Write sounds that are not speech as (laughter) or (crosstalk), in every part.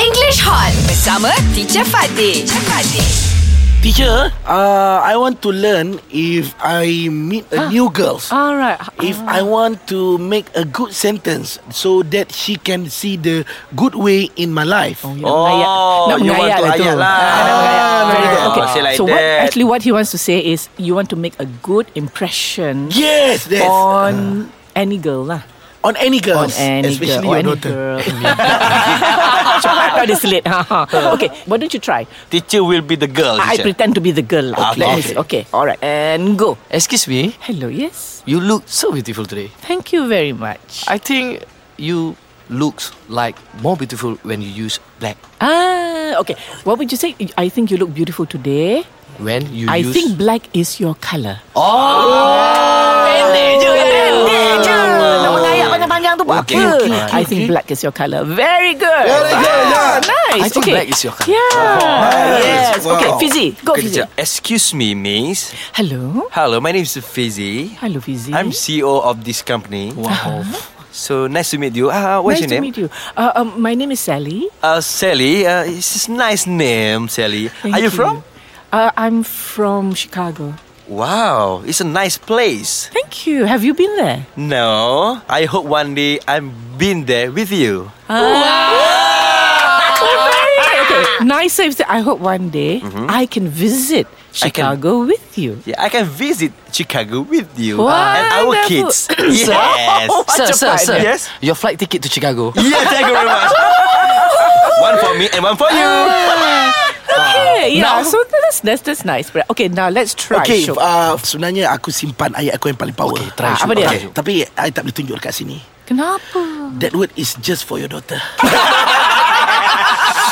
English Hot bersama Teacher Fatih. Teacher Fatih. Teacher, uh, I want to learn if I meet a Ah. new girl. Alright. If I want to make a good sentence so that she can see the good way in my life. Nak mengayat. Nak Oh, you want mengayat to lah tu. ayat Ah, lah. nak mengayat. Ah, Very good. like Okay. that. Say like so what that. actually what he wants to say is you want to make a good impression Yes, that's on any girl lah. on any girl, On Ah. any Oh, especially girl. your on any daughter. (laughs) girl. (laughs) Cepat kau dia selit. Ha, ha. Uh. okay, why don't you try? Teacher will be the girl. I teacher. pretend to be the girl. lah. Ah, Okay. Let me see. Okay, alright. And go. Excuse me, Hello, yes. you look so beautiful today. Thank you very much. I think you looks like more beautiful when you use black. Ah, okay. What would you say? I think you look beautiful today. When you I use think black is your colour. pendek je. Pendek je. Nak mengayat panjang-panjang tu buat Okay, apa? okay, I okay, think black is your colour. Very good. Ah, Very good, yeah. Nice. I think okay. black is your colour. Yeah. Yes. Wow. Okay, Fizi. Go Okay, Fizi. teacher. Excuse me, miss. Hello. Hello, my name is Fizi. Hello Fizi. I'm CEO of this company. Wow. (laughs) So nice to meet you. Uh, what's nice your to name? meet you. Uh, um, my name is Sally. Uh, Sally. Uh, it's a nice name, Sally. Thank Are you, from? Uh, I'm from Chicago. Wow, it's a nice place. Thank you. Have you been (laughs) there? No, I hope one day I'm been there with you. Okay. Nice. of you. I hope one day I can visit I can- Chicago with you. Yeah, I can visit Chicago with you Wow, and our wonderful. (laughs) kids. yes. Sir, sir, sir. Yes. Your flight ticket to Chicago. Yeah, thank you very much. (laughs) one for me and one for you. Okay, yeah. So that's, that's that's nice. But okay, now let's try. Okay, Syuk. uh, sebenarnya aku simpan ayat aku yang paling power. Okay, try, Ah, Syuk. apa dia? Ah. Tapi I tak boleh tunjuk dekat sini. Kenapa? That word is just for your daughter.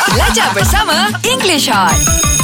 Belajar bersama English Hot.